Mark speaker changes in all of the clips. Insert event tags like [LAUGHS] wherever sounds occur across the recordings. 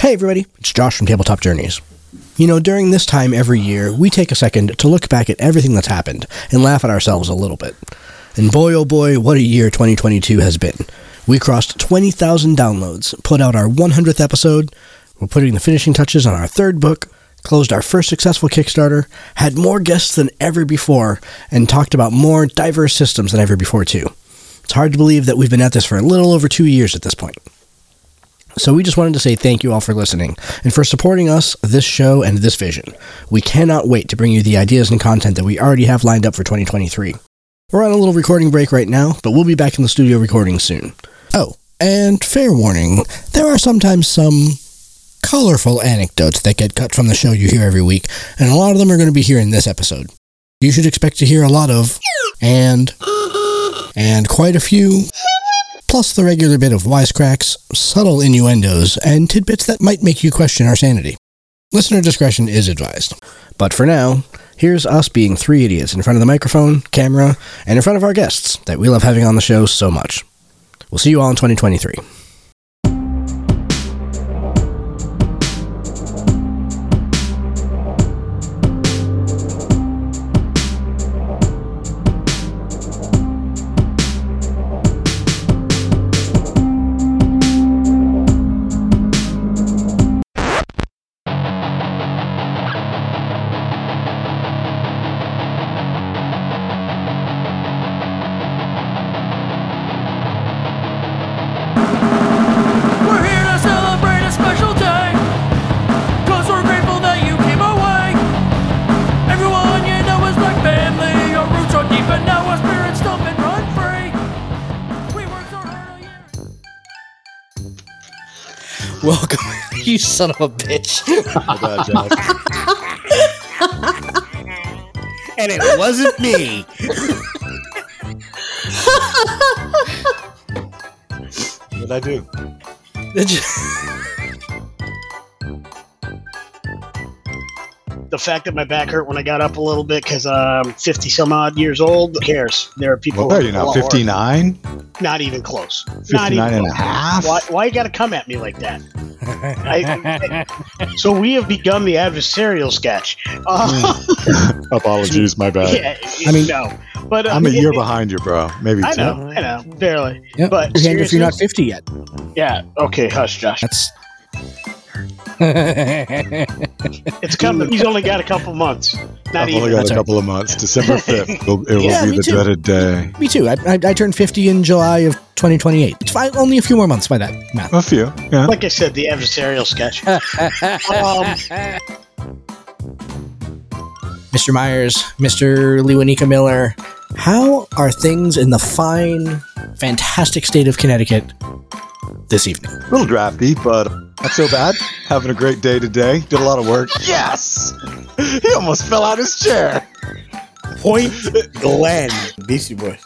Speaker 1: Hey, everybody, it's Josh from Tabletop Journeys. You know, during this time every year, we take a second to look back at everything that's happened and laugh at ourselves a little bit. And boy, oh boy, what a year 2022 has been. We crossed 20,000 downloads, put out our 100th episode, we're putting the finishing touches on our third book, closed our first successful Kickstarter, had more guests than ever before, and talked about more diverse systems than ever before, too. It's hard to believe that we've been at this for a little over two years at this point. So we just wanted to say thank you all for listening and for supporting us, this show, and this vision. We cannot wait to bring you the ideas and content that we already have lined up for 2023. We're on a little recording break right now, but we'll be back in the studio recording soon. Oh, and fair warning, there are sometimes some colorful anecdotes that get cut from the show you hear every week, and a lot of them are going to be here in this episode. You should expect to hear a lot of and and quite a few plus the regular bit of wisecracks, subtle innuendos, and tidbits that might make you question our sanity. Listener discretion is advised. But for now, here's us being three idiots in front of the microphone, camera, and in front of our guests that we love having on the show so much. We'll see you all in 2023.
Speaker 2: We're here to celebrate a special day. Cause we're grateful that you came away. Everyone you know is like family. Our roots are deep and now our spirits stomp and run free. We worked so hard all year.
Speaker 1: Welcome, [LAUGHS] you son of a bitch.
Speaker 3: [LAUGHS]
Speaker 4: and it wasn't
Speaker 1: [LAUGHS]
Speaker 4: me.
Speaker 3: What would I do?
Speaker 1: [LAUGHS]
Speaker 4: The fact that my back hurt when I got up a little bit because I'm 50 some odd years old, who cares? There are people.
Speaker 3: What are you now?
Speaker 4: who are
Speaker 3: 59?
Speaker 4: Not even close. Not
Speaker 3: 59
Speaker 4: even
Speaker 3: and a
Speaker 4: close.
Speaker 3: half?
Speaker 4: Why, why you got to come at me like that? I- so we have begun the adversarial sketch. [LAUGHS] Uh,
Speaker 3: Apologies, my bad.
Speaker 4: [LAUGHS] yeah,
Speaker 1: I
Speaker 4: I
Speaker 1: mean-
Speaker 4: mean, no. But, uh,
Speaker 3: I'm a year
Speaker 4: it-
Speaker 3: behind you, bro. Maybe
Speaker 4: I
Speaker 3: two.
Speaker 4: know, I know, barely.
Speaker 1: Yep,
Speaker 4: But
Speaker 1: and if you're not
Speaker 4: seriously?
Speaker 1: 50 yet,
Speaker 4: Yeah, okay, hush, Josh. [LAUGHS]
Speaker 1: that's
Speaker 4: It's coming. He's only got a couple months. Not
Speaker 3: I've only
Speaker 4: even.
Speaker 3: got
Speaker 1: That's
Speaker 3: a
Speaker 1: all
Speaker 3: couple of months. December 5th, will, it will
Speaker 1: Yeah,
Speaker 3: be
Speaker 1: me
Speaker 3: the
Speaker 1: too.
Speaker 3: dreaded day.
Speaker 1: me too. I, I, I turned 50 in July of 2028. It's fine, only a few more months by that math.
Speaker 3: A few, yeah.
Speaker 4: Like I said, the adversarial sketch. um,
Speaker 1: Mr. Myers, Mr. Lewinika Miller, how are things in the fine, fantastic state of Connecticut this evening?
Speaker 3: A little drafty, but not so bad. Having a great day today. Did a lot of work. Yes! He almost fell out his chair.
Speaker 5: Point Glenn, Beastie Boys.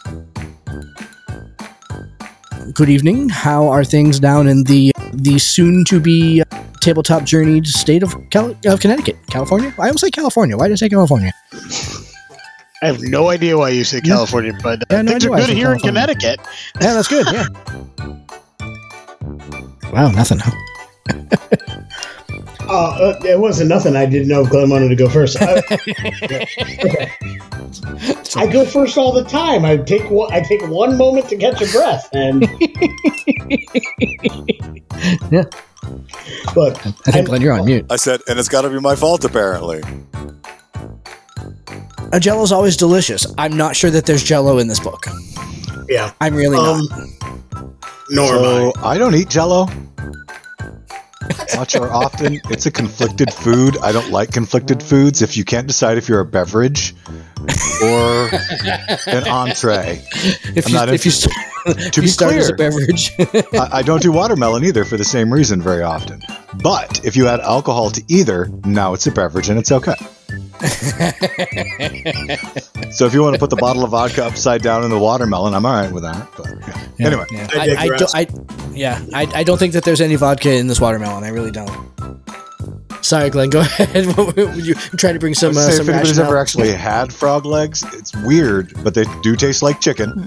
Speaker 1: Good evening. How are things down in the the soon to be tabletop journeyed state of Cal- of Connecticut, California? I almost say California. Why did I say California?
Speaker 4: I have no idea why you said California, but
Speaker 1: Yeah,
Speaker 4: I
Speaker 1: no
Speaker 4: think
Speaker 1: idea
Speaker 4: they're
Speaker 1: why I
Speaker 4: good
Speaker 1: said
Speaker 4: here in
Speaker 1: California.
Speaker 4: Connecticut.
Speaker 1: Yeah, that's good. Yeah. wow, nothing. huh?
Speaker 5: Oh, uh, it wasn't nothing. I didn't know if Glenn wanted to go first. I, I go first all the time. I take one, I take one moment to catch a breath, and
Speaker 6: [LAUGHS]
Speaker 1: Yeah.
Speaker 5: Look,
Speaker 1: I think Glenn, you're on mute.
Speaker 7: I said, and it's got to be my fault, apparently.
Speaker 1: A Jello's always delicious. I'm not sure that there's Jello in this book.
Speaker 5: yeah,
Speaker 1: I'm really
Speaker 5: um,
Speaker 1: not.
Speaker 5: nor am
Speaker 3: So I don't eat jello much or often. It's a conflicted food. I don't like conflicted foods. If you can't decide if you're a beverage or an entree,
Speaker 1: If
Speaker 3: I'm
Speaker 1: you
Speaker 3: not
Speaker 1: if you, st-
Speaker 3: to
Speaker 1: you
Speaker 3: be
Speaker 1: start as a
Speaker 3: clear,
Speaker 1: beverage,
Speaker 3: I, I don't do watermelon either for the same reason very often. But if you add alcohol to either, now it's a beverage and it's okay. so if you want to put the bottle of vodka upside down in the watermelon, I'm all right with that. But yeah. [LAUGHS] anyway,
Speaker 1: Yeah.
Speaker 5: I
Speaker 1: I, I
Speaker 5: digress.
Speaker 1: don't. I, yeah, I, I don't think that there's any vodka in this watermelon. I really don't. Sorry, Glenn. Go [LAUGHS] ahead. What were you trying to bring some uh,
Speaker 3: Say,
Speaker 1: some
Speaker 3: if anybody's
Speaker 1: rationale.
Speaker 3: ever actually had frog legs, it's weird, but they do taste like chicken.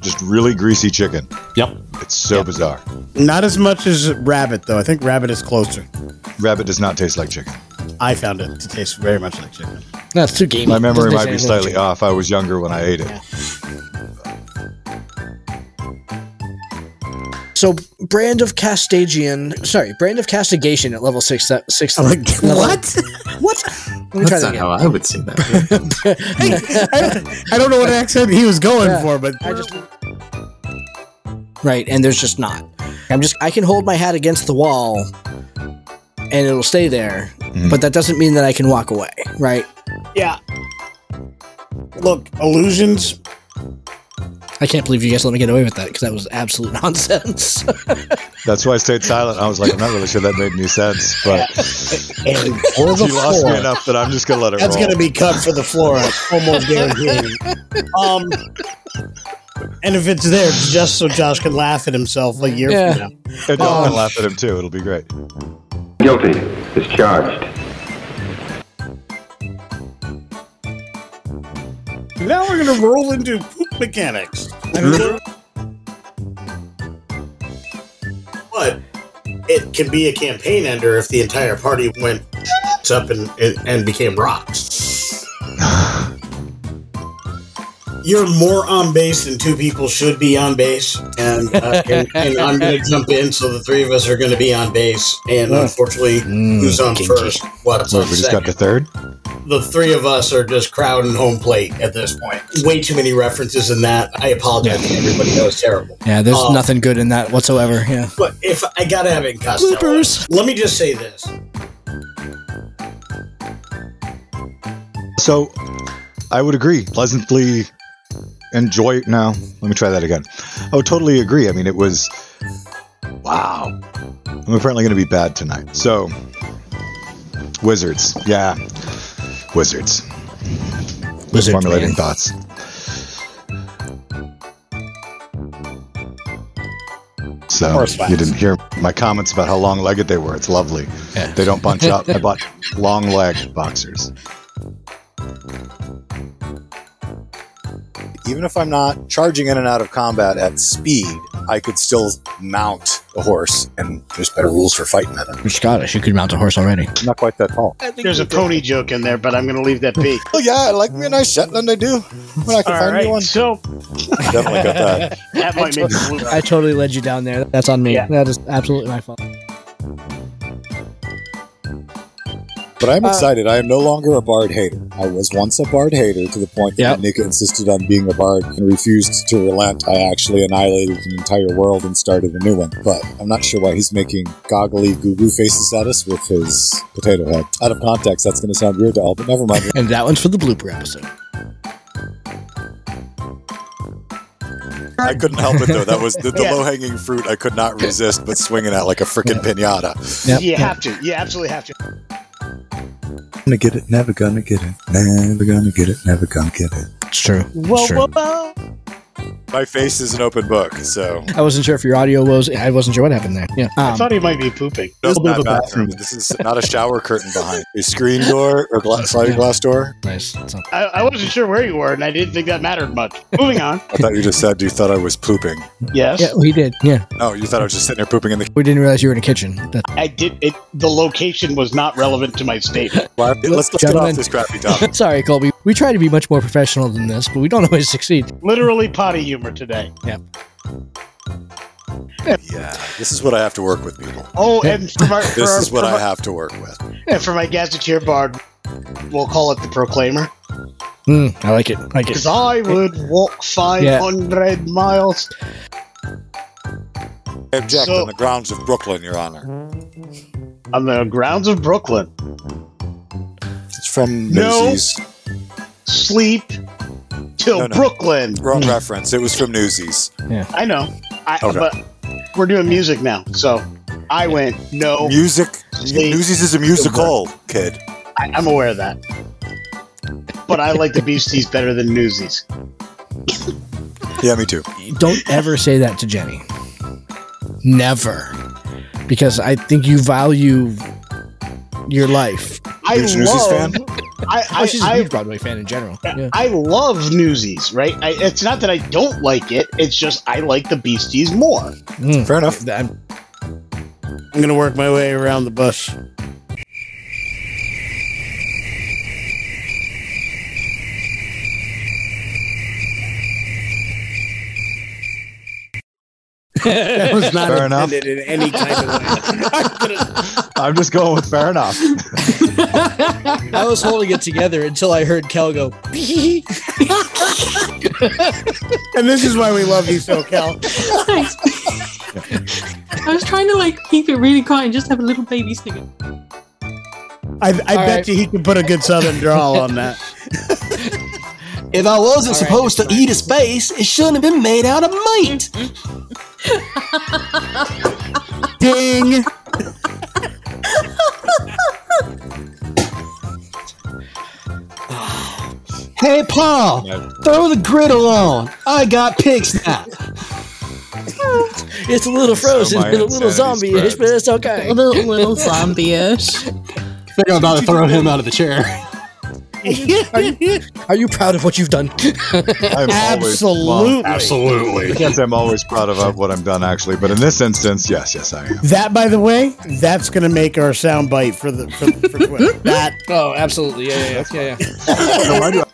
Speaker 3: Just really greasy chicken.
Speaker 8: Yep.
Speaker 3: It's so bizarre.
Speaker 6: Not as much as rabbit, though. I think rabbit is closer.
Speaker 3: Rabbit does not taste like chicken.
Speaker 6: I found it to taste very much like chicken.
Speaker 1: That's too gamey.
Speaker 3: My memory
Speaker 1: Doesn't
Speaker 3: might be
Speaker 1: taste anything like
Speaker 3: slightly off. I was younger when I ate it.
Speaker 1: chicken. So, brand of castagian. Sorry, brand of castigation at level six. That sixth. level-
Speaker 9: [LAUGHS] what?
Speaker 1: What? Let me try
Speaker 9: That's
Speaker 1: that
Speaker 9: not how
Speaker 1: again.
Speaker 9: I would say that.
Speaker 6: I don't know what accent he was going for, but
Speaker 1: I just. Right, and there's just not. I'm just. I can hold my hat against the wall, and it'll stay there. But that doesn't mean that I can walk away. Right.
Speaker 6: yeah. Look, illusions.
Speaker 1: I can't believe you guys let me get away with that because that was absolute [LAUGHS] nonsense.
Speaker 3: That's why I stayed silent. I was like, I'm not really sure that made any sense,
Speaker 1: [LAUGHS]
Speaker 3: but
Speaker 5: And for the
Speaker 3: you lost me
Speaker 5: floor,
Speaker 3: enough that I'm just gonna let it
Speaker 5: that's
Speaker 3: roll.
Speaker 5: going to be cut for the floor. I almost guarantee it.
Speaker 6: Um, and if it's there, it's just so Josh can laugh at himself a year
Speaker 1: Yeah.
Speaker 6: from now.
Speaker 3: and y'all can laugh at him too. It'll be great.
Speaker 10: Guilty is charged.
Speaker 6: Now we're gonna roll into poop mechanics. I don't know.
Speaker 5: But it can be a campaign ender if the entire party went up and, and, and became
Speaker 3: [SIGHS]
Speaker 5: rocks. You're more on base than two people should be on base, and, uh, and, and I'm going to jump in. So the three of us are going to be on base, and unfortunately, who's on first? What's
Speaker 3: Wait,
Speaker 5: on
Speaker 3: we Hmm. just
Speaker 5: second?
Speaker 3: got the third.
Speaker 5: the three of us are just crowd and home plate at this point. Way too many references in that. I apologize to everybody. That was terrible.
Speaker 1: Yeah, there's
Speaker 5: Um,
Speaker 1: nothing good in that whatsoever. Uh, Yeah.
Speaker 5: But if I gotta have it in Costello,
Speaker 1: Bloopers.
Speaker 5: let me just say this.
Speaker 3: So, I would agree. Pleasantly enjoy. Now, let me try that again. I would totally agree. I mean, it was wow. I'm apparently going to be bad tonight. So, wizards. Yeah, wizards.
Speaker 1: Wizards,
Speaker 3: Formulating
Speaker 1: man.
Speaker 3: thoughts. So
Speaker 6: Horseback.
Speaker 3: you didn't hear my comments about how long-legged they were. It's lovely. They don't bunch up. I bought long-leg boxers.
Speaker 7: Even if I'm not charging in and out of combat at speed, I could still mount a horse, and there's better rules for fighting it.
Speaker 1: You're Scottish. You could mount a horse already.
Speaker 7: I'm not quite that tall.
Speaker 4: There's a pony joke in there, but I'm going to leave that be.
Speaker 7: Oh yeah, I like me a nice Shetland. I do. When I can
Speaker 4: All
Speaker 7: find me
Speaker 4: right,
Speaker 7: one,
Speaker 4: so
Speaker 7: definitely got that.
Speaker 4: that might
Speaker 7: [LAUGHS]
Speaker 4: make the blue.
Speaker 1: I totally led you down there. That's on me.
Speaker 4: Yeah.
Speaker 1: That is absolutely my fault.
Speaker 7: But I'm excited. I am no longer a bard hater. I was once a bard hater to the point
Speaker 1: Yep.
Speaker 7: that Nick insisted on being a bard and refused to relent. I actually annihilated an entire world and started a new one. But I'm not sure why he's making goggly goo goo faces at us with his potato head. Out of context, that's going to sound weird to all, but never mind.
Speaker 1: And that one's for the blooper episode.
Speaker 7: I [LAUGHS] couldn't help it though. That was the, the low hanging fruit. I could not resist, but swinging at like a freaking pinata.
Speaker 1: Yep.
Speaker 4: You have to. You absolutely have to.
Speaker 7: Gonna get it. Never gonna get it. Never gonna get it. Never gonna get it.
Speaker 1: It's true.
Speaker 4: Whoa,
Speaker 1: It's true.
Speaker 4: whoa, whoa.
Speaker 7: My face is an open book, so
Speaker 1: I wasn't sure if your audio was. I wasn't sure what happened there. Yeah.
Speaker 4: I
Speaker 1: Um,
Speaker 4: thought he might be pooping.
Speaker 7: No, it's
Speaker 6: Little bit of
Speaker 7: not
Speaker 6: a
Speaker 7: bathroom. This is not a shower curtain behind a screen door or gla- sliding glass door.
Speaker 1: nice. So-
Speaker 4: I, I wasn't sure where you were, and I didn't think that mattered much. Moving
Speaker 7: [LAUGHS]
Speaker 4: on.
Speaker 7: I thought you just said you thought I was pooping.
Speaker 4: Yes.
Speaker 1: Yeah, we did. Yeah.
Speaker 7: Oh, you thought I was just sitting there pooping in the
Speaker 1: We didn't realize you were in a kitchen. That-
Speaker 4: I did. It, the location was not relevant to my statement.
Speaker 7: Let's, let's get
Speaker 1: Gentlemen.
Speaker 7: off this crappy [LAUGHS]
Speaker 1: [LAUGHS]
Speaker 7: topic.
Speaker 1: Sorry, Colby. We try to be much more professional than this, but we don't always succeed.
Speaker 4: Literally potty humor today.
Speaker 7: yeah, this is what I have to work with, people.
Speaker 4: Oh, and for my, for
Speaker 7: [LAUGHS] This
Speaker 4: our-
Speaker 7: is what
Speaker 4: for
Speaker 7: I
Speaker 4: my-
Speaker 7: have to work with.
Speaker 4: And for my gazetteer bard, we'll call it the Proclaimer.
Speaker 1: Mm, I like it. I like it.
Speaker 4: Because I would walk 500 miles.
Speaker 7: I object
Speaker 4: So-
Speaker 7: on the grounds of Brooklyn, Your Honor.
Speaker 4: on the grounds of Brooklyn.
Speaker 7: It's from
Speaker 4: No.
Speaker 7: Newsies.
Speaker 4: Sleep till
Speaker 7: No, no.
Speaker 4: Brooklyn.
Speaker 7: Wrong reference. It was from Newsies.
Speaker 4: I know. I,
Speaker 7: Okay.
Speaker 4: But we're doing music now, so I went no.
Speaker 7: Music.
Speaker 4: Sleep.
Speaker 7: Oh. Newsies is a musical, kid.
Speaker 4: I, I'm aware of that. But I like the Beasties better than Newsies.
Speaker 7: Yeah, me too.
Speaker 1: Don't ever say that to Jenny. Never. Because I think you value your life.
Speaker 4: I
Speaker 7: Huge Newsies
Speaker 4: love.
Speaker 7: fan?
Speaker 4: I,
Speaker 1: Oh,
Speaker 4: I,
Speaker 1: she's a
Speaker 4: I,
Speaker 1: huge Broadway fan in general. Yeah.
Speaker 4: I love Newsies, right? I, it's not that I don't like it. It's just I like the Beasties more.
Speaker 7: Fair enough.
Speaker 1: Hmm. I'm-
Speaker 6: I'm gonna work my way around the bush. That was not
Speaker 3: Fair enough.
Speaker 6: intended in any kind of way.
Speaker 3: [LAUGHS] I'm just going with
Speaker 6: [LAUGHS]
Speaker 3: fair enough.
Speaker 1: I was holding it together until I heard Kel go.
Speaker 6: And this is why we love you so, Cal.
Speaker 8: I was trying to like keep it really quiet and just have a little baby singing.
Speaker 6: I, I bet
Speaker 1: right.
Speaker 6: you he can put a good southern drawl on that.
Speaker 9: If I wasn't
Speaker 1: All right,
Speaker 9: supposed to
Speaker 1: fine.
Speaker 9: eat a space, it shouldn't have been made out of meat.
Speaker 6: Ding!
Speaker 9: Hey, Paul, throw the griddle on. I got pigs now.
Speaker 1: It's a little frozen
Speaker 3: my
Speaker 1: and a little
Speaker 3: insanity
Speaker 1: zombie-ish,
Speaker 3: spread.
Speaker 1: but it's okay.
Speaker 8: Little, little zombie-ish.
Speaker 9: Think I'm about to throw him out of the chair.
Speaker 1: Are you proud of what you've done?
Speaker 3: I'm always-
Speaker 6: Absolutely.
Speaker 3: well, I can't say I'm always proud of what I've done, actually, but in this instance, yes, yes, I am.
Speaker 6: That, by the way, that's going to make our sound bite for the for, for [LAUGHS] Twitter. that
Speaker 1: oh, absolutely. Yeah, yeah, yeah. yeah,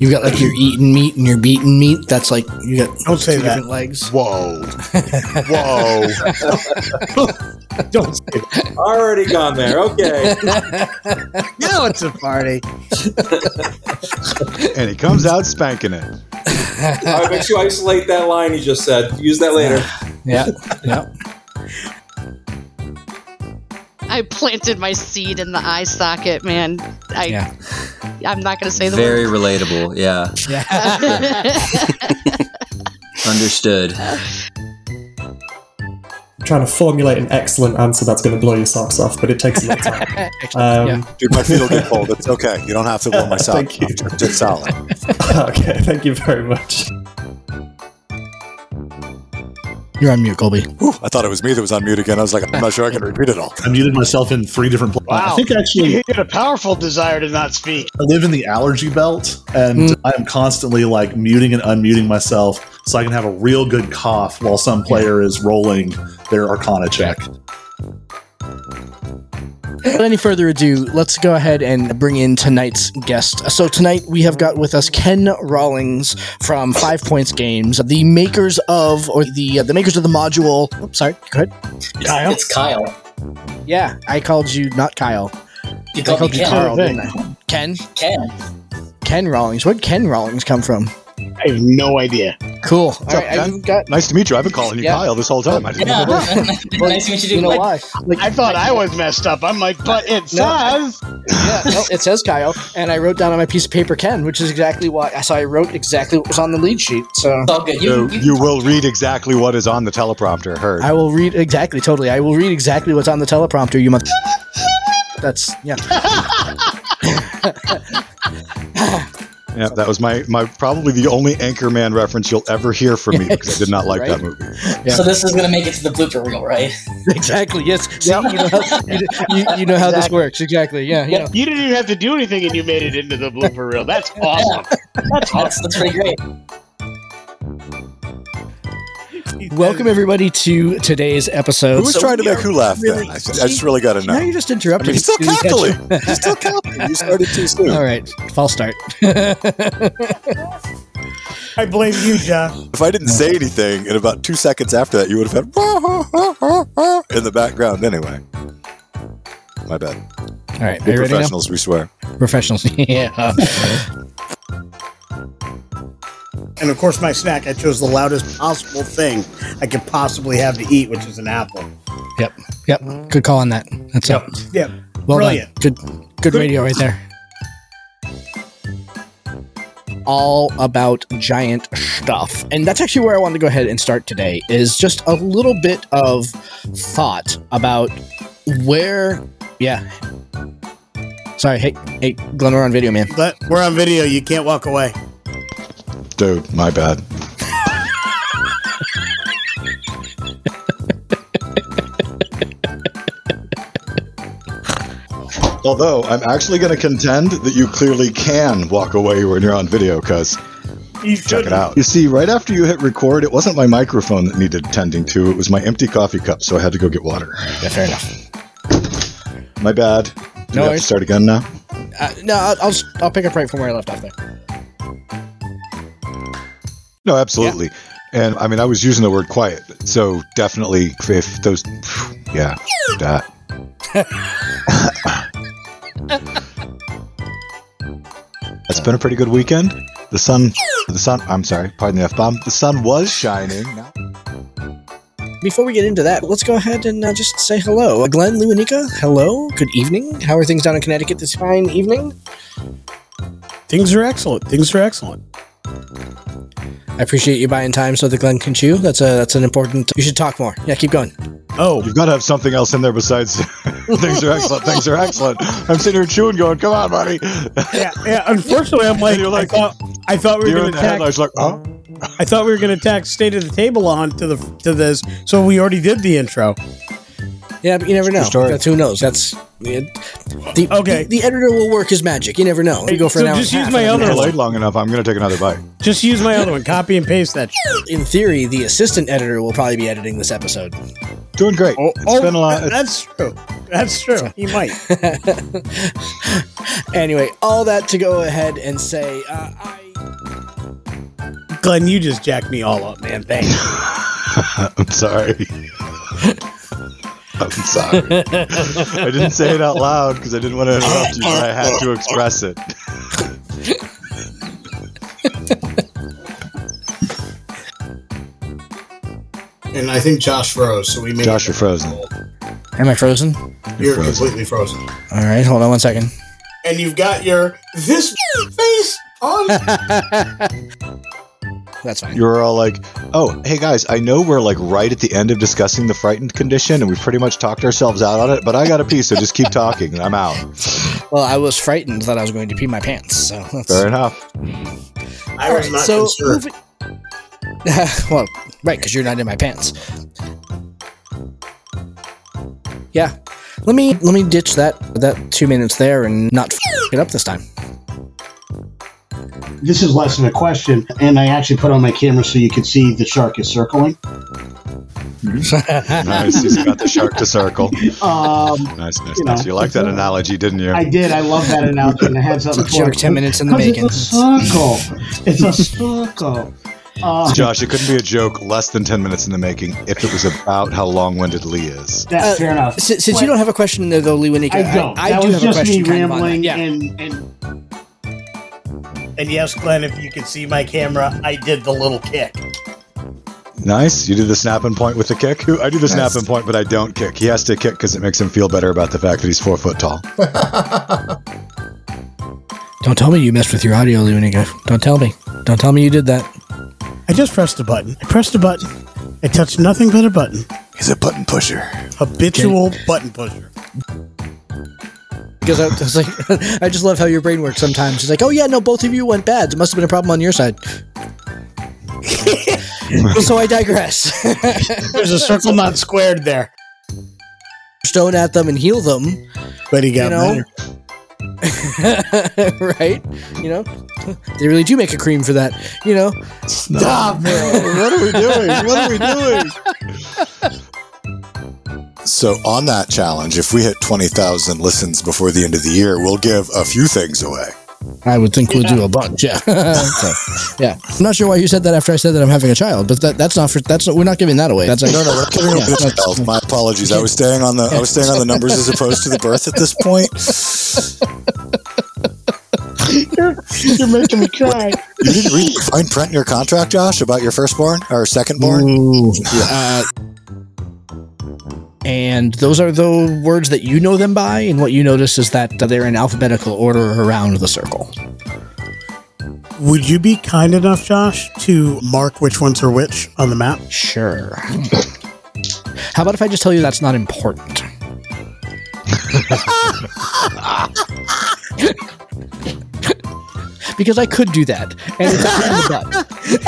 Speaker 9: You got like your eating meat and your beating meat. That's like you got
Speaker 6: don't say that.
Speaker 1: Different legs.
Speaker 3: [LAUGHS] Whoa. Whoa.
Speaker 6: Don't say that.
Speaker 7: [LAUGHS] Already gone there. Okay.
Speaker 6: Now it's a party.
Speaker 3: And he comes out spanking it.
Speaker 7: I bet you isolate that line you just said. Use that later.
Speaker 1: Yeah, [LAUGHS] yeah.
Speaker 11: I planted my seed in the eye socket, [LAUGHS] man. I,
Speaker 1: Yeah.
Speaker 11: I'm not gonna say the
Speaker 12: Very relatable. Yeah. Understood.
Speaker 2: trying to formulate an excellent answer that's going to blow your socks off, but it takes a lot of
Speaker 11: [LAUGHS]
Speaker 2: time. Um,
Speaker 7: Dude, my feet'll get cold. It's okay. You don't have to blow
Speaker 3: [LAUGHS]
Speaker 7: my sock.
Speaker 2: Thank you.
Speaker 7: It's just solid.
Speaker 2: [LAUGHS] Okay, thank you very much.
Speaker 1: You're on mute, Colby.
Speaker 7: Whew, I thought it was me that was on mute again. I was like, I'm not sure I can repeat it all.
Speaker 10: I muted myself in three different places.
Speaker 4: Wow.
Speaker 10: I think actually
Speaker 4: You had a powerful desire to not speak.
Speaker 10: I live in the allergy belt,
Speaker 12: Hmm.
Speaker 10: and I'm constantly like muting and unmuting myself so I can have a real good cough while some player is rolling their Arcana check.
Speaker 1: Without any further ado, let's go ahead and bring in tonight's guest. So tonight we have got with us Ken Rawlings from Five Points Games, the makers of or the uh, the makers of the module. Oops, sorry, go ahead.
Speaker 9: Kyle. It's Kyle.
Speaker 1: Yeah, I called you not Kyle.
Speaker 9: You
Speaker 1: I called you Carl,
Speaker 4: Sure
Speaker 1: didn't I? Ken.
Speaker 9: Ken.
Speaker 1: Ken Rawlings. Where'd Ken Rawlings come from?
Speaker 4: I have no idea.
Speaker 1: Cool. All
Speaker 3: up,
Speaker 1: right,
Speaker 3: Ken?
Speaker 1: I've got.
Speaker 3: Nice to meet you. I've been calling you
Speaker 1: Yeah.
Speaker 3: Kyle this whole time. I didn't know.
Speaker 9: nice to meet
Speaker 1: You know
Speaker 9: [LAUGHS]
Speaker 1: why? Like,
Speaker 4: I thought I was messed up. I'm like, but it
Speaker 1: No.
Speaker 4: says.
Speaker 1: yeah, no, it says Kyle, and I wrote down on my piece of paper Ken, which is exactly why. So I wrote exactly what was on the lead sheet. So
Speaker 9: all good.
Speaker 3: So you will read exactly what is on the teleprompter. Heard.
Speaker 1: I will read exactly, totally. I will read exactly what's on the teleprompter. You must. That's yeah. [LAUGHS]
Speaker 3: yeah, that was my, my probably the only Anchorman reference you'll ever hear from me because I did not like
Speaker 1: Right.
Speaker 3: that movie.
Speaker 1: Yeah.
Speaker 9: So this is gonna make it to the blooper reel, right?
Speaker 1: Exactly. Yes. See, you know how, you, you, you know how this works. Exactly. Yeah. Yeah.
Speaker 4: You didn't even have to do anything, and you made it into the blooper
Speaker 6: [LAUGHS]
Speaker 4: reel. That's awesome.
Speaker 9: That's, that's pretty great.
Speaker 1: Welcome everybody to today's episode.
Speaker 7: Who was
Speaker 1: So
Speaker 7: trying to
Speaker 1: we
Speaker 7: make
Speaker 1: are
Speaker 7: who laugh
Speaker 1: really-
Speaker 7: then? I, I just really got to
Speaker 1: Now
Speaker 7: know.
Speaker 1: you just
Speaker 7: I
Speaker 1: interrupted.
Speaker 7: mean, he's still
Speaker 1: Didn't catch
Speaker 7: cackling.
Speaker 1: you.
Speaker 7: He's still cackling. You started too soon.
Speaker 1: All right, false start. [LAUGHS]
Speaker 6: I blame you, John.
Speaker 7: If I didn't say anything, in about two seconds after that, you would have had "Wah, wah, wah, wah, wah," in the background anyway. My bad.
Speaker 1: All right, are
Speaker 7: We're
Speaker 1: you ready now?
Speaker 7: professionals, we swear.
Speaker 1: Professionals. [LAUGHS] yeah.
Speaker 6: And of course, my snack, I chose the loudest possible thing I could possibly have to eat, which is an apple.
Speaker 1: Yep. Yep. Good call on that. That's it.
Speaker 6: Yep.
Speaker 1: Well
Speaker 6: Brilliant.
Speaker 1: done. Good, good radio right there. All about giant stuff, and that's actually where I wanted to go ahead and start today. Is just a little bit of thought about where, yeah. Sorry, hey, hey, Glenn, we're on video, man.
Speaker 6: But we're on video. You can't walk away.
Speaker 3: Dude, my bad. Although I'm actually going to contend that you clearly can walk away when you're on video, cuz check it out. You see, right after you hit record, it wasn't my microphone that needed tending to; it was my empty coffee cup, so I had to go get water.
Speaker 1: Yeah, fair enough.
Speaker 3: My bad. Do we
Speaker 1: No
Speaker 3: have to
Speaker 1: worries.
Speaker 3: start again now.
Speaker 1: Uh, no, I'll, I'll I'll pick up right from where I left off there.
Speaker 3: No, absolutely. And I mean, I was using the word quiet, so definitely if those, yeah, that. [LAUGHS] That's been a pretty good weekend. The sun, the sun. I'm sorry, pardon the f bomb. The sun was shining. Now
Speaker 1: Before we get into that, let's go ahead and uh, just say hello. Uh, Glenn, Lou, and Nika, hello. Good evening. How are things down in Connecticut this fine evening?
Speaker 4: Things are excellent. Things are excellent.
Speaker 1: I appreciate you buying time so that Glenn can chew. That's a that's an important. You should talk more. Yeah, keep going.
Speaker 4: Oh,
Speaker 3: you've got to have something else in there besides [LAUGHS] things are excellent. Things are excellent. I'm sitting here chewing, going, "Come on, buddy."
Speaker 4: Yeah, yeah. [LAUGHS] Unfortunately, I'm like, I thought I thought we
Speaker 3: [LAUGHS]
Speaker 4: were
Speaker 3: You're
Speaker 4: going
Speaker 3: in
Speaker 4: to
Speaker 3: the headlights
Speaker 4: tack.
Speaker 3: like, huh?
Speaker 4: I thought we were going to tack state of the table on to the to this. So we already did the intro.
Speaker 1: Yeah, but you never know. That's who knows. That's it, the okay. The, the editor will work his magic. You never know. You go for
Speaker 4: So
Speaker 1: an hour.
Speaker 4: just
Speaker 1: and a
Speaker 4: use
Speaker 1: half,
Speaker 4: my
Speaker 1: and
Speaker 4: other
Speaker 1: then-
Speaker 4: one.
Speaker 3: Delayed long enough. I'm going to take another bite.
Speaker 4: Just use my other one. Copy and paste that.
Speaker 1: In theory, the assistant editor will probably be editing this episode.
Speaker 3: Doing great.
Speaker 4: oh, That's true. That's true. He might.
Speaker 1: anyway, all that to go ahead and say, uh,
Speaker 4: Glenn, you just jacked me all up, man. Thanks.
Speaker 3: [LAUGHS] I'm sorry. I'm sorry. I didn't say it out loud because I didn't want to interrupt you, but I had to express it.
Speaker 9: And I think Josh froze, so we made
Speaker 3: Josh, you're frozen.
Speaker 1: am I frozen?
Speaker 9: You're completely frozen.
Speaker 1: All right, hold on one second.
Speaker 9: And you've got your this face on.
Speaker 1: [LAUGHS] That's fine.
Speaker 3: You were all like, "Oh, hey guys, I know we're like right at the end of discussing the frightened condition, and we've pretty much talked ourselves out on it, but I got a piece, so just keep talking, and I'm out."
Speaker 1: Well, I was frightened that I was going to pee my pants, so that's
Speaker 3: Fair enough.
Speaker 9: I was not
Speaker 1: so
Speaker 9: concerned.
Speaker 1: [LAUGHS] well, right, because you're not in my pants. Yeah, let me let me ditch that that two minutes there and not f- it up this time.
Speaker 9: This is less of a question, and I actually put on my camera so you can see the shark is circling.
Speaker 3: nice. He's got the shark to circle.
Speaker 9: Um,
Speaker 3: Nice, nice,
Speaker 9: You
Speaker 3: nice.
Speaker 9: know,
Speaker 3: You like that analogy, didn't you?
Speaker 9: I did. I love that announcement. I had something for
Speaker 1: Jerk
Speaker 9: it.
Speaker 1: 10 minutes in the
Speaker 9: 'Cause
Speaker 1: making.
Speaker 9: It's a circle. It's a circle. Uh,
Speaker 3: Josh, it couldn't be a joke less than 10 minutes in the making if it was about how long winded Lee is.
Speaker 1: Uh,
Speaker 9: That's fair enough.
Speaker 1: Since, since you don't have a question in there, though, Lee Winika,
Speaker 9: I don't.
Speaker 1: I,
Speaker 9: that
Speaker 1: do
Speaker 9: was
Speaker 1: have
Speaker 9: just
Speaker 1: a question.
Speaker 9: me
Speaker 1: kind of on
Speaker 9: rambling
Speaker 1: that. Yeah.
Speaker 9: and, and
Speaker 4: And yes, Glenn, if you could see my camera, I did the little kick.
Speaker 3: Nice. You do the snap and point with the kick. Who- I do the snap
Speaker 4: Nice.
Speaker 3: and point, but I don't kick. He has to kick because it makes him feel better about the fact that he's four foot [LAUGHS] tall.
Speaker 1: Don't tell me you messed with your audio, Lee Winika. Don't tell me. Don't tell me you did that.
Speaker 4: I just pressed a button. I pressed a button. I touched nothing but a button.
Speaker 3: He's a button pusher.
Speaker 4: Habitual button pusher.
Speaker 1: Because I was like, [LAUGHS] I just love how your brain works sometimes. It's like, oh yeah, no, both of you went bad. It must have been a problem on your side. [LAUGHS] so I digress. [LAUGHS]
Speaker 4: There's a circle not squared there.
Speaker 1: Stone at them and heal them, [LAUGHS]
Speaker 4: but he
Speaker 1: you
Speaker 4: got
Speaker 1: know, right? You know, they really do make a cream for that. You know,
Speaker 3: Stop
Speaker 1: what
Speaker 3: are we doing? What are we doing?
Speaker 7: So, on that challenge, if we hit 20,000 listens before the end of the year, we'll give a few things away.
Speaker 1: I would think we'll do a bunch. Yeah. [LAUGHS] So, yeah. I'm not sure why you said that after I said that I'm having a child, but that, that's not for that's not, we're not giving that away. That's
Speaker 7: no, no, we're not giving
Speaker 1: Yeah,
Speaker 7: a birth
Speaker 1: that's-
Speaker 7: health. My apologies. I was staying on the I was staying on the numbers as opposed to the birth at this
Speaker 13: [LAUGHS]
Speaker 7: point.
Speaker 9: you're, you're making me cry.
Speaker 7: You didn't read the fine print in your contract, Josh, about your firstborn or secondborn.
Speaker 1: Uh, and those are the words that you know them by, and what you notice is that they're in alphabetical order around the circle.
Speaker 4: Would you be kind enough, Josh, to mark which ones are which on the map?
Speaker 1: Sure. How about if I just tell you that's not important? because I could do that, and it's a pain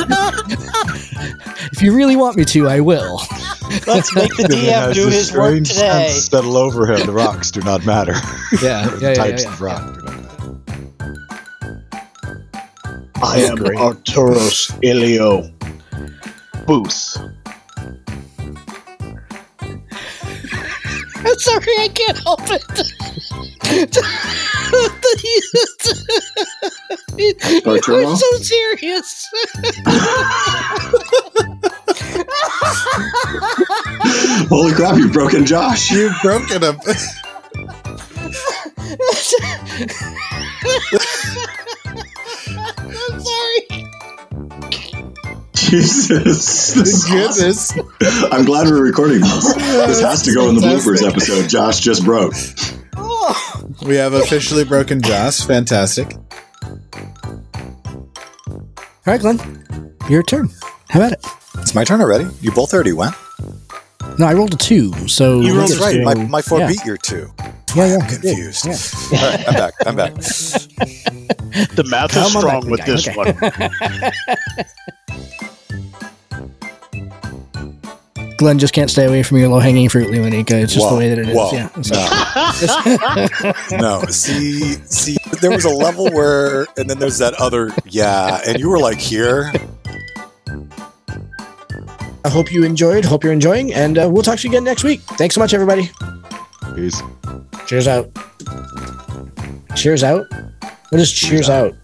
Speaker 1: in the butt. if you really want me to, I will.
Speaker 13: Let's make the
Speaker 3: It
Speaker 13: DM
Speaker 3: has
Speaker 13: do
Speaker 3: this
Speaker 13: his work
Speaker 3: strange
Speaker 13: today.
Speaker 3: sense that all over him, the rocks do not matter.
Speaker 1: Yeah,
Speaker 3: the
Speaker 1: yeah, yeah,
Speaker 3: [LAUGHS] types
Speaker 1: yeah,
Speaker 3: of rock.
Speaker 4: I am
Speaker 3: Great.
Speaker 4: Arturos Ilio Booth.
Speaker 13: I'm sorry, I can't help it.
Speaker 2: Sorry,
Speaker 13: you
Speaker 2: Turbo?
Speaker 13: are so serious.
Speaker 14: Holy crap, you've broken Josh.
Speaker 15: You've broken him.
Speaker 13: I'm sorry.
Speaker 14: Jesus. This
Speaker 15: Goodness.
Speaker 14: I'm glad we're recording this. This has to go in the
Speaker 15: Fantastic.
Speaker 14: bloopers episode. Josh just broke.
Speaker 15: We have officially broken Josh. Fantastic.
Speaker 1: All right, Glenn, your turn. How about it?
Speaker 7: It's my turn already. You both already went.
Speaker 1: No, I rolled a two, so
Speaker 7: You rolled right. My,
Speaker 1: so-
Speaker 7: my four
Speaker 1: yeah.
Speaker 7: beat your two.
Speaker 1: Yeah, yeah,
Speaker 7: Confused. All right, I'm back. I'm back.
Speaker 12: [LAUGHS]
Speaker 4: The math is
Speaker 7: Come on
Speaker 4: strong
Speaker 7: back,
Speaker 4: with
Speaker 7: guy.
Speaker 4: this
Speaker 7: Okay.
Speaker 1: [LAUGHS]
Speaker 4: one.
Speaker 1: Glenn just can't stay away from your low hanging fruit, Leonica. It's just
Speaker 7: Whoa,
Speaker 1: the way that it is.
Speaker 7: whoa,
Speaker 1: Yeah.
Speaker 7: No, see, see, there was a level where, and then there's that other, yeah, and you were like here.
Speaker 1: I hope you enjoyed. Hope you're enjoying, and uh, we'll talk to you again next week. Thanks so much, everybody.
Speaker 3: Peace.
Speaker 1: Cheers out. Cheers out. What is cheers, out?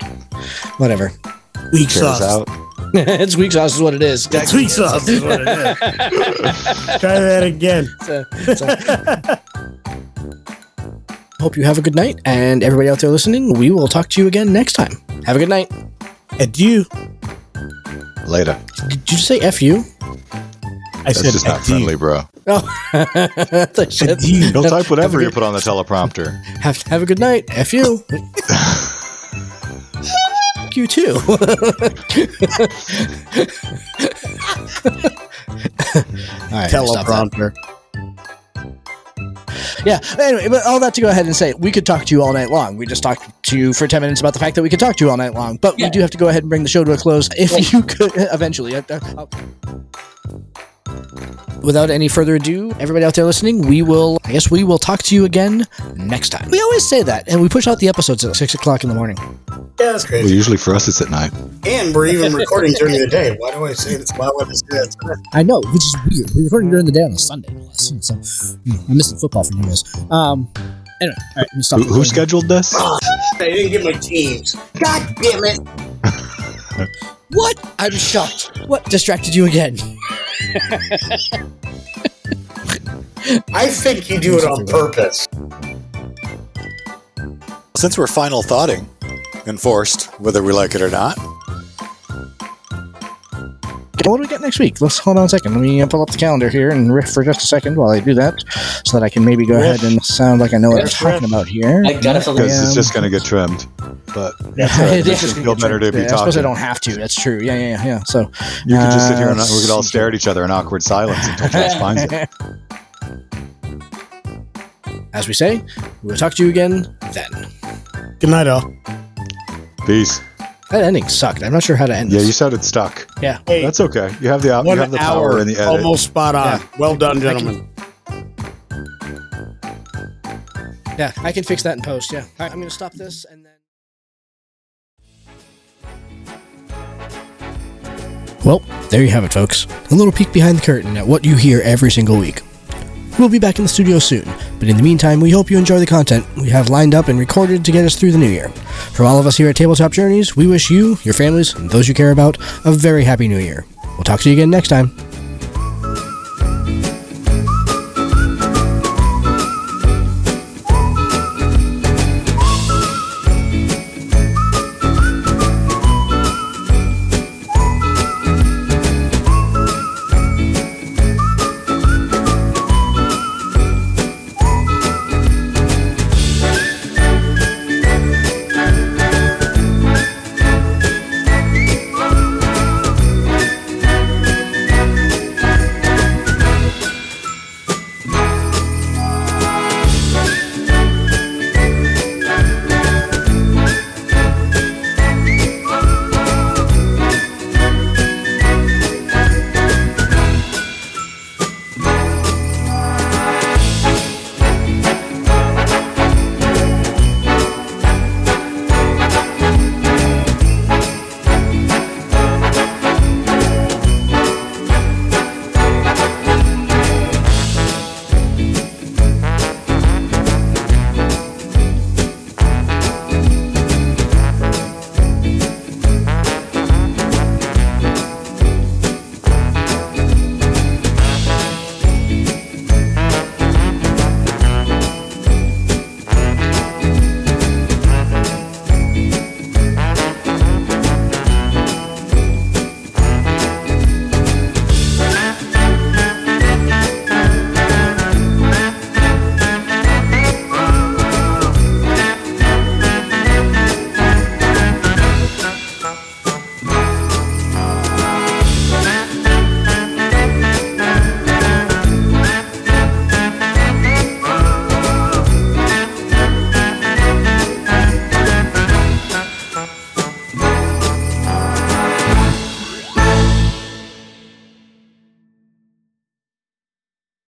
Speaker 1: Whatever. [LAUGHS]
Speaker 2: Weak Cheers sauce. out.
Speaker 1: it's weak sauce is what it is.
Speaker 2: That's weak sauce is what it
Speaker 4: [LAUGHS]
Speaker 2: is.
Speaker 1: Try that again. Hope you have a good night, and everybody out there listening, we will talk to you again next time. Have a good night. Adieu.
Speaker 3: Later.
Speaker 1: Did you say F you?
Speaker 3: I That's
Speaker 1: said
Speaker 3: just not
Speaker 1: FD.
Speaker 3: friendly, bro.
Speaker 1: Oh, [LAUGHS] I thought you said-
Speaker 3: He'll type
Speaker 1: Have a
Speaker 3: whatever
Speaker 1: good-
Speaker 3: you put on the teleprompter.
Speaker 1: Have have a good night. F
Speaker 3: [LAUGHS]
Speaker 1: you. F you too. All right, stop that.
Speaker 6: teleprompter.
Speaker 1: Yeah. Anyway, but all that to go ahead and say, we could talk to you all night long. We just talked to you for 10 minutes about the fact that we could talk to you all night long, but we do have to go ahead and bring the show to a close if you could [LAUGHS] eventually. I- I- I- Without any further ado, everybody out there listening, we will, I guess we will talk to you again next time. We always say that, and we push out the episodes at 6 o'clock in the morning.
Speaker 5: Yeah, that's
Speaker 3: Well,
Speaker 5: crazy.
Speaker 3: usually for us, it's at night.
Speaker 5: And we're even recording during the day. Why do I say this? Why would I say that?
Speaker 1: I know, which is weird. We're recording during the day on a Sunday. no less. So, you know, hmm, I'm missing football from you guys. Um, anyway, all right, let me stop.
Speaker 3: Who, who scheduled this?
Speaker 5: I didn't get my teams. God damn it.
Speaker 1: What? I'm shocked. What distracted you again?
Speaker 5: I think you do it on purpose.
Speaker 7: Since we're final thoughting, enforced, whether we like it or not,
Speaker 1: What do we got next week? Let's hold on a second. Let me uh, pull up the calendar here and riff for just a second while I do that, so that I can maybe go ahead and sound like I know what I'm talking about here.
Speaker 3: Because it's just going to get trimmed. But
Speaker 1: [LAUGHS]
Speaker 3: it makes us feel better to be
Speaker 1: Yeah, I suppose I
Speaker 3: talking.
Speaker 1: don't have to. That's true. Yeah, yeah, yeah, yeah. So
Speaker 3: You could just sit here and
Speaker 7: Uh,
Speaker 3: we could
Speaker 7: [LAUGHS]
Speaker 3: all stare at each other in awkward silence until
Speaker 1: [LAUGHS]
Speaker 3: Josh finds it.
Speaker 1: As we say, we will talk to you again then.
Speaker 6: Good night, all.
Speaker 3: Peace.
Speaker 1: That ending sucked. I'm not sure how to end.
Speaker 3: Yeah, you sounded stuck.
Speaker 1: Yeah.
Speaker 3: That's okay. You have the op- you have the power in the edit.
Speaker 6: almost spot on.
Speaker 1: Yeah.
Speaker 6: Well done,
Speaker 1: I can-
Speaker 6: gentlemen.
Speaker 1: Yeah, I can fix that in post. Yeah. All right, I'm going to stop this and then. Well, there you have it, folks. A little peek behind the curtain at what you hear every single week. We'll be back in the studio soon, but in the meantime, we hope you enjoy the content we have lined up and recorded to get us through the new year. From all of us here at Tabletop Journeys, we wish you, your families, and those you care about a very happy new year. We'll talk to you again next time.